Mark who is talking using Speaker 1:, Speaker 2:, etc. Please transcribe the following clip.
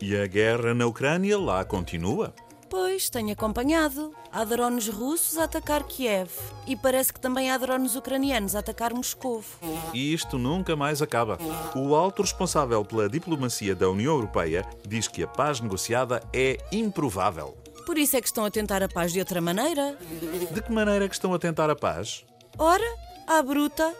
Speaker 1: E a guerra na Ucrânia lá continua?
Speaker 2: Pois, tenho acompanhado. Há drones russos a atacar Kiev. E parece que também há drones ucranianos a atacar Moscou.
Speaker 1: E isto nunca mais acaba. O alto responsável pela diplomacia da União Europeia diz que a paz negociada é improvável.
Speaker 2: Por isso é que estão a tentar a paz de outra maneira.
Speaker 1: De que maneira é que estão a tentar a paz?
Speaker 2: Ora, à bruta,